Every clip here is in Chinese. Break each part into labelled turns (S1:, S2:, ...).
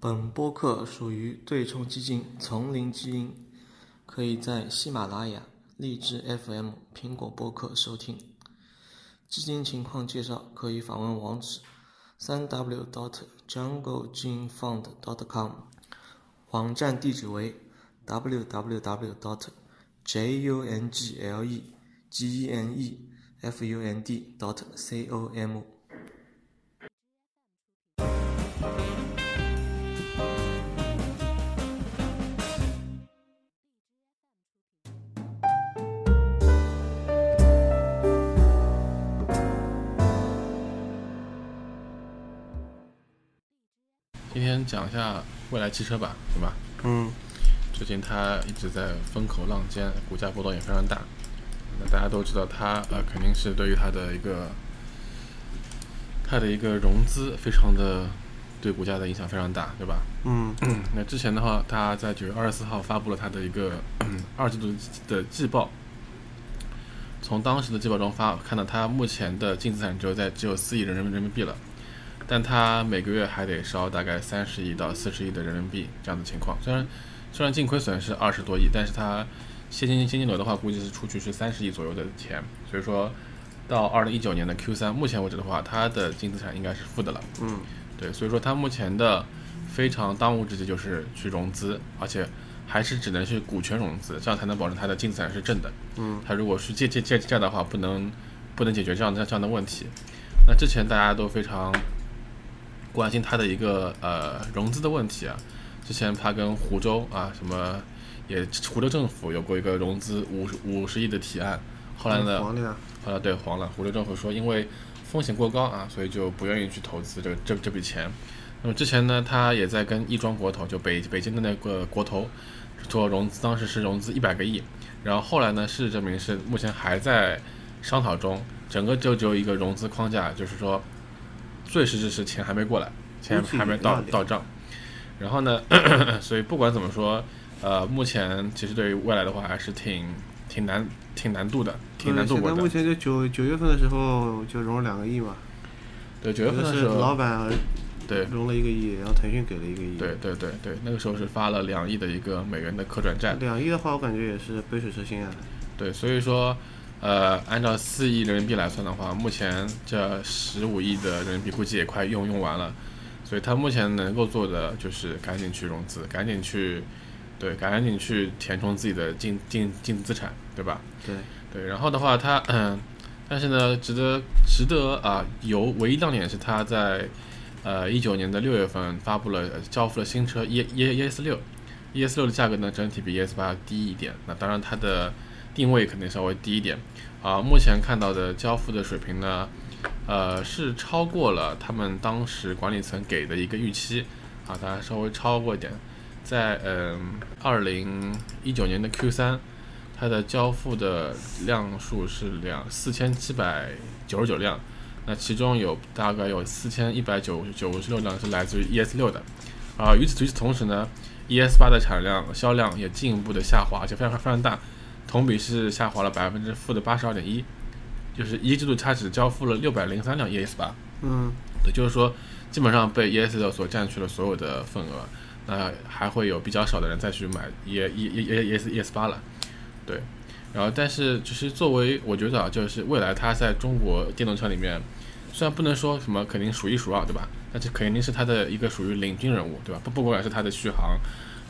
S1: 本播客属于对冲基金“丛林基因”，可以在喜马拉雅、荔枝 FM、苹果播客收听。基金情况介绍可以访问网址：三 w dot jungle gene fund dot com，网站地址为 www dot j u n g l e g e n e f u n d dot c o m。
S2: 今天讲一下蔚来汽车吧，对吧？
S1: 嗯，
S2: 最近它一直在风口浪尖，股价波动也非常大。那大家都知道它，呃，肯定是对于它的一个它的一个融资非常的对股价的影响非常大，对吧？
S1: 嗯
S2: 那之前的话，它在九月二十四号发布了它的一个 二季度的季报。从当时的季报中发看到，它目前的净资产只有在只有四亿人民人民币了，但它每个月还得烧大概三十亿到四十亿的人民币这样的情况。虽然虽然净亏损是二十多亿，但是它现金现金流的话，估计是出去是三十亿左右的钱。所以说，到二零一九年的 Q 三，目前为止的话，它的净资产应该是负的了。
S1: 嗯，
S2: 对，所以说它目前的非常当务之急就是去融资，而且还是只能去股权融资，这样才能保证它的净资产是正的。
S1: 嗯，
S2: 它如果是借借借债的话，不能不能解决这样的这样的问题。那之前大家都非常关心它的一个呃融资的问题啊，之前它跟湖州啊什么也湖州政府有过一个融资五十五十亿的提案，后来呢，
S1: 黄历啊，
S2: 后呃来对黄了，湖州政府说因为风险过高啊，所以就不愿意去投资这这这笔钱。那么之前呢，他也在跟亦庄国投，就北北京的那个国投做融资，当时是融资一百个亿，然后后来呢，事实证明是目前还在商讨中，整个就只有一个融资框架，就是说最实质是钱还没过来，钱还没到
S1: 估计也要
S2: 到账。然后呢， 所以不管怎么说，呃，目前其实对于未来的话还是挺挺难挺难度的，挺难
S1: 对，
S2: 度
S1: 现
S2: 过
S1: 在
S2: 的。
S1: 目前就九九月份的时候就融了两个亿嘛，
S2: 对，九
S1: 有
S2: 月份
S1: 的
S2: 的
S1: 是
S2: 时
S1: 老
S2: 候，
S1: 板
S2: 对
S1: 融了一个亿，然后腾讯给了一个亿。
S2: 对，对对对，那个时候是发了两亿的一个美元的可转债，
S1: 两亿的话，我感觉也是杯水车薪啊。
S2: 对，所以说，呃，按照四亿人民币来算的话，目前这十五亿的人民币估计也快用用完了，所以他目前能够做的就是赶紧去融资，赶紧去，对，赶紧去填充自己的净净净资产，对吧？
S1: 对，
S2: 对，然后的话，它嗯，但是呢，值得值得啊，有唯一亮点是它在呃一九年的六月份发布了呃交付了新车 E E E S 六，E S 六的价格呢整体比 E S 八低一点，那当然它的定位肯定稍微低一点啊。目前看到的交付的水平呢，呃是超过了他们当时管理层给的一个预期啊，当然稍微超过一点，在嗯二零一九年的 Q 三。它的交付的辆数是两四千七百九十九辆，那其中有大概有四千一百九九十六辆是来自于 ES 六的，啊、与此与此同时呢，ES 八的产量销量也进一步的下滑，而且非常非常大，同比是下滑了百分之负的八十二点一，就是一季度它只交付了六百零三辆 ES 八，
S1: 嗯，
S2: 也就是说，基本上被 ES 六所占据了所有的份额，那还会有比较少的人再去买 E E E ES ES 八了，对。然后，但是其实作为我觉得啊，就是未来它在中国电动车里面，虽然不能说什么肯定数一数二，对吧？但是肯定是它的一个属于领军人物，对吧？不不管是它的续航，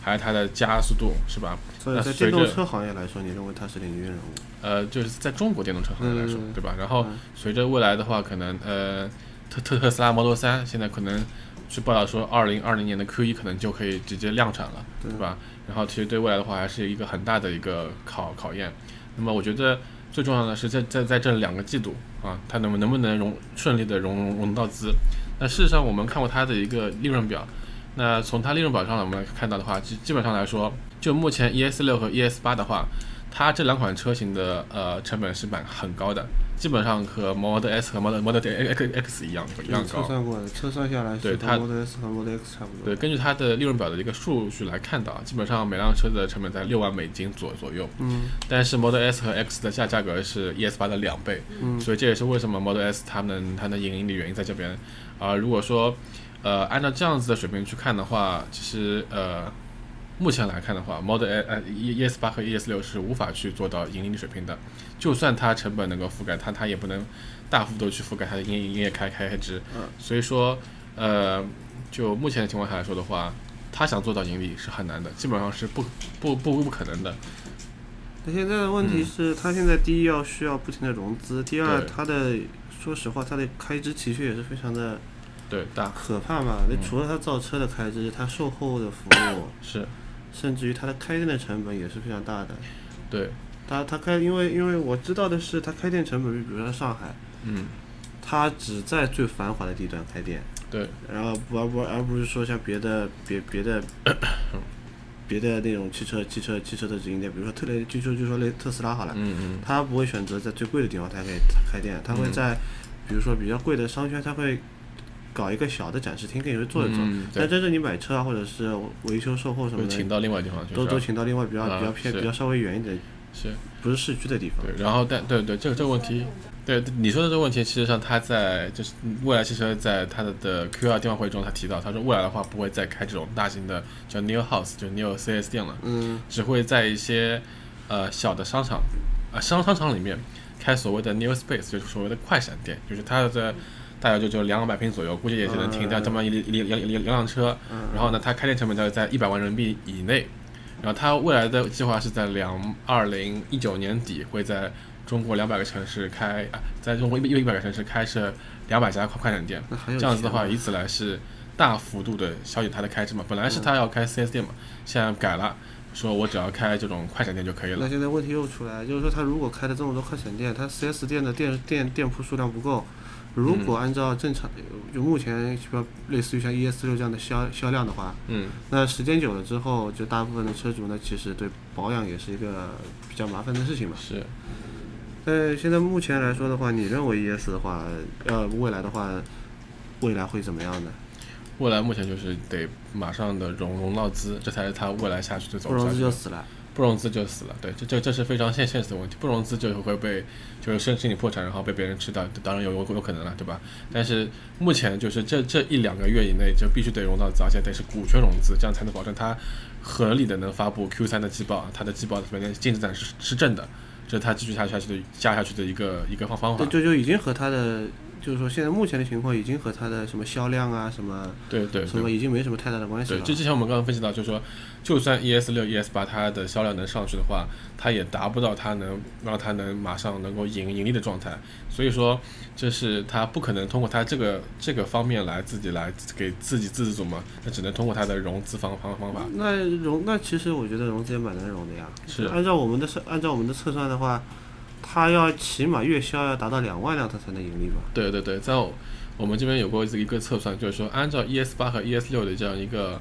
S2: 还是它的加速度，是吧？
S1: 所以
S2: 那
S1: 在
S2: 随
S1: 电动
S2: 着
S1: 车行业来说，你认为他是领军人物？
S2: 呃，就是在中国电动车行业来说
S1: 嗯，
S2: 对吧？然后随着未来的话，可能呃，特特特斯拉 Model 3现在可能去报道说，二零二零年的 Q 1可能就可以直接量产了，
S1: 对
S2: 对吧？然后其实对未来的话，还是一个很大的一个考考验。那么我觉得最重要的是在在在这两个季度啊，它能不能不能融顺利的融融融到资？那事实上我们看过它的一个利润表，那从它利润表上我们来看到的话，基基本上来说，就目前 ES 六和 ES 八的话，它这两款车型的呃成本是蛮很高的，基本上和 Model S 和 Model Model X X 一样一样
S1: 你测
S2: 高。
S1: 算过的，测算下来
S2: 对
S1: 是
S2: 它
S1: 和 Model S 和 Model X 差不多。
S2: 对，，根据它的利润表的一个数据来看到，基本上每辆车的成本在六万美金左左右。
S1: 嗯
S2: 但是 Model S 和 X 的价价格是 ES 八的两倍，
S1: 嗯
S2: 所以这也是为什么 Model S 它能它能盈利的原因在这边。啊、如果说呃，按照这样子的水平去看的话，其实呃，目前来看的话，Model A 呃 E S 八和 E S 六是无法去做到盈利水平的。就算它成本能够覆盖它，它也不能大幅度去覆盖它的营业营业开开支。所以说，呃，就目前的情况下来说的话，他想做到盈利是很难的，基本上是不不不不可能的。
S3: 那现在的问题是，它现在第一要需要不停的融资，第二
S2: 嗯对
S3: 它的说实话，它的开支其实也是非常的
S2: 对，大
S3: 可怕嘛。
S2: 嗯
S3: 那除了它造车的开支，它售后的服务，
S2: 是
S3: 甚至于它的开店的成本也是非常大的。
S2: 对，
S3: 它它开，因为因为我知道的是，它开店成本，比如说上海，
S2: 嗯，
S3: 它只在最繁华的地段开店，
S2: 对，
S3: 然后不而不而不是说像别的别别的别的那种汽车汽车汽车的直营店，比如说特雷，就就就说类特斯拉好了，
S2: 嗯嗯，
S3: 他不会选择在最贵的地方开开开店，他会在、比如说比较贵的商圈，他会搞一个小的展示厅给你们坐一坐。
S2: 嗯
S3: 但
S2: 对，
S3: 真正你买车啊，或者是维修售后什么
S2: 会请
S3: 的，
S2: 到另外地方去，
S3: 都
S2: 是吧
S3: 都请到另外比较、
S2: 啊
S3: 比较偏
S2: 是
S3: 比较稍微远一点，
S2: 是。
S3: 不是市区的地方。
S2: 对，然后但对对，这个这个问题，对你说的这个问题，其实上他在就是未来汽车在他的的 Q2 电话会中，他提到，他说未来的话不会再开这种大型的叫 New House 就 New CS 店了，
S3: 嗯，
S2: 只会在一些呃小的商场，呃商商场里面开所谓的 New Space，就是所谓的快闪店，就是它的大概就就两百平左右，估计也只能停
S3: 嗯
S2: 掉这么一一一两两辆车，然后呢，它开店成本大概在一百万人民币以内。然后它未来的计划是在两二零一九年底会在中国两百个城市开，啊，在中国一一百个城市开设两百家快快闪店。
S3: 那很有
S2: 这样子的
S3: 钱啊
S2: 话，以此来是大幅度的削减它的开支嘛。本
S3: 嗯
S2: 来是他要开 4S 店嘛，现在改了，说我只要开这种快闪店就可以
S3: 那
S2: 了。
S3: 现在问题又出来，就是说他如果开了这么多快闪店，他 4S 店的店店店铺数量不够。如果按照正常，
S2: 嗯
S3: 就目前比较类似于像 ES 六这样的销销量的话，
S2: 嗯，
S3: 那时间久了之后，就大部分的车主呢，其实对保养也是一个比较麻烦的事情嘛。
S2: 是，
S3: 但现在目前来说的话，你认为 ES 的话，呃，未来的话，未来会怎么样呢？
S2: 未来目前就是得马上的融融到资，这才是他未来下去的走
S3: 不
S2: 下
S3: 融资
S2: 去
S3: 就
S2: 的。
S3: 死了。
S2: 不融资就死了，对，这这这是非常现现实的问题。不融资就会被就是申请你破产，然后被别人吃掉，当然有有有可能了，对吧？但是目前就是这这一两个月以内就必须得融到资，而且得是股权融资，这样才能保证它合理的能发布 Q 三的季报，它的季报里面的净资产是是正的，这是它继续下下去的下下去的一个一个方方法
S3: 对，。就就已经和它的，就是说现在目前的情况已经和它的什么销量啊，什么
S2: 对对
S3: 什
S2: 对
S3: 么已经没什么太大的关系
S2: 对，
S3: 了。
S2: 就之前我们刚刚分析到，就是说，就算 ES 六、ES 八它的销量能上去的话，它也达不到它能让它能马上能够盈盈利的状态。所以说，这是它不可能通过它这个这个方面来自己来给自己自己组嘛，那只能通过它的融资方方方法。
S3: 那融那其实我觉得融资也蛮难融的呀。
S2: 是
S3: 按照我们的测按照我们的测算的话，它要起码月销要达到两万辆，它才能盈利吧？
S2: 对对对，在我我们这边有过一个测算，就是说按照 ES 八和 ES 六的这样一个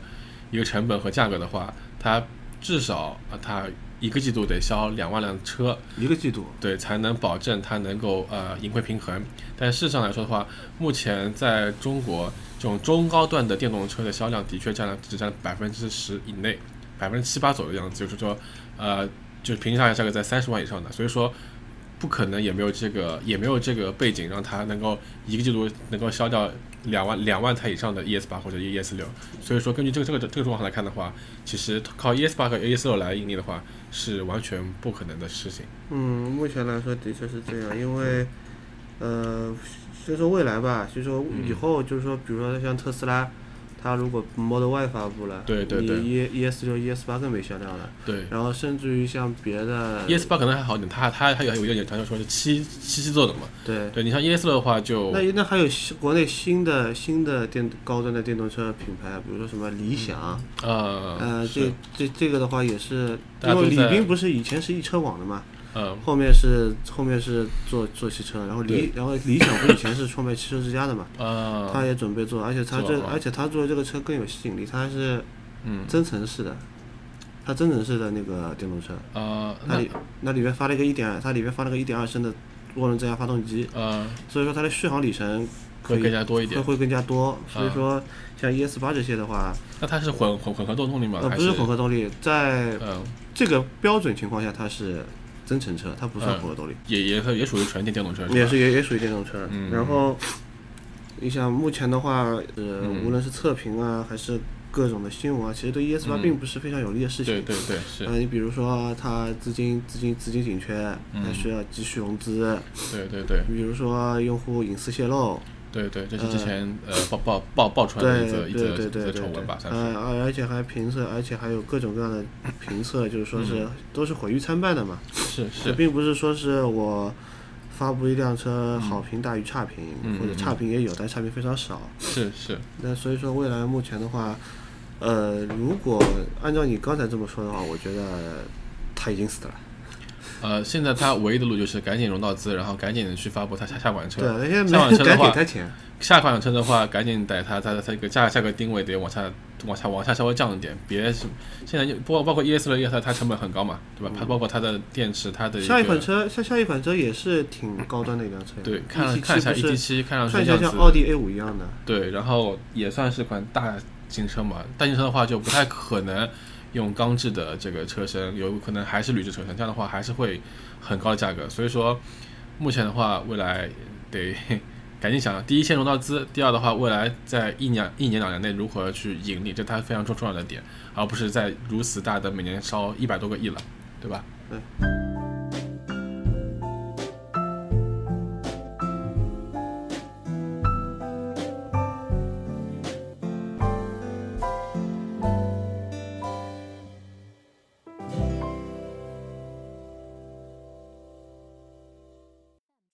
S2: 一个成本和价格的话，它至少啊它一个季度得销两万辆车。
S3: 一个季度。
S2: 对，才能保证它能够呃盈亏平衡。但事实上来说的话，目前在中国这种中高段的电动车的销量的确占了只占百分之十以内，百分之七八左右的样子，就是说呃就是平均下来价格在三十万以上的，所以说。不可能，也没有这个，也没有这个背景，让它能够一个季度能够销掉两万两万台以上的 ES 八或者 ES 六。所以说，根据这个这个这个状况来看的话，其实靠 ES 八和 ES 六来盈利的话，是完全不可能的事情。
S3: 嗯，目前来说的确是这样，因为，呃，就说未来吧，就说
S2: 嗯
S3: 以后就是说，比如说像特斯拉，它如果 Model Y 发布了，
S2: 对对对
S3: 你 E E S 六 E S 八更没销量了，
S2: 对，
S3: 然后甚至于像别的
S2: ES E 八可能还好一点，它它还有有一点，它就说是七七七座的嘛。
S3: 对，
S2: 对你像 ES 六的话就，
S3: 那那还有新国内新的新的电高端的电动车品牌，啊比如说什么理想，
S2: 呃
S3: 呃，
S2: 是
S3: 这这这个的话也是，
S2: 大家
S3: 因为
S2: 都
S3: 李
S2: 在
S3: 斌不是以前是一车网的嘛，
S2: 呃
S3: 后面是后面是做做汽车，然后理然后理想不是以前是创办汽车之家的嘛，他
S2: 呃
S3: 也准备做，而且他
S2: 做
S3: 这
S2: 了啊
S3: 而且他做的这个车更有吸引力，它是
S2: 嗯
S3: 增程式的，它增程式的那个电动车，
S2: 呃
S3: 它
S2: 那
S3: 里那里面发了一个一点，它里面发了个一点二升的涡轮增压发动机，
S2: 呃
S3: 所以说它的续航里程可
S2: 会
S3: 以
S2: 更加多一
S3: 会
S2: 点。
S3: 会更加多，所以
S2: 啊
S3: 说像 ES 八这些的话，
S2: 那它是混混混合动力吗？
S3: 呃
S2: 还
S3: 不是混合动力，在
S2: 嗯，
S3: 这个标准情况下它是增程车，它
S2: 嗯
S3: 不算混合动力。
S2: 也也也属于纯电电动车吧。嗯
S3: 也是也也属于电动车。然后你想目前的话，呃，
S2: 嗯
S3: 无论是测评啊，还是各种的新闻啊，其实对 ES 八
S2: 嗯
S3: 并不是非常有利的事情。
S2: 对对对，是
S3: 啊，，你比如说它资金资金资金紧缺，
S2: 嗯
S3: 它需要急需融资，
S2: 对对对
S3: 比如说用户隐私泄露，
S2: 对对，这是之前呃爆爆爆爆出来的
S3: 对
S2: 一则
S3: 对
S2: 一
S3: 对
S2: 则
S3: 对
S2: 一则
S3: 对
S2: 丑
S3: 对
S2: 闻吧，，算
S3: 呃
S2: 是。
S3: 而而且还评测，而且还有各种各样的评测，就是说
S2: 嗯
S3: 是都是毁誉参半的嘛，
S2: 是
S3: 这
S2: 是，
S3: 并不是说是我发布一辆车好评大于差评
S2: 嗯，
S3: 或者差评也有，但差评非常少。
S2: 是是，
S3: 那所以说未来目前的话，呃，如果按照你刚才这么说的话，我觉得他已经死了。
S2: 呃，现在他唯一的路就是赶紧融到资，然后赶紧地去发布他下下款车。
S3: 对啊，那现在
S2: 下款车
S3: 没人
S2: 的
S3: 敢
S2: 话
S3: 给，他钱。
S2: 下款车的话，赶紧得它它的它一个价价格定位得往下往下往下稍微降一点，别是现在就包包括 ES 六 ES 它它成本很高嘛，对吧？它包括它的电池，它的一
S3: 下一款
S2: 个
S3: 车，下下一款车也是挺高端的一辆车呀。
S2: 对，看了
S3: E
S2: 看一下 E
S3: 七不
S2: T
S3: 是
S2: 七，看上去
S3: 看起来
S2: 样
S3: 像
S2: 子
S3: 奥迪 A 五一样的。
S2: 对，然后也算是款大型车嘛，大型车的话就不太可能用钢制的这个车身，有可能还是铝制车身，这样的话还是会很高的价格。所以说，目前的话，未来得 赶紧想，第一先融到资，第二的话，未来在一年一年两年内如何去盈利，这它非常重重要的点，而不是在如此大的每年烧一百多个亿了，对吧？
S3: 对。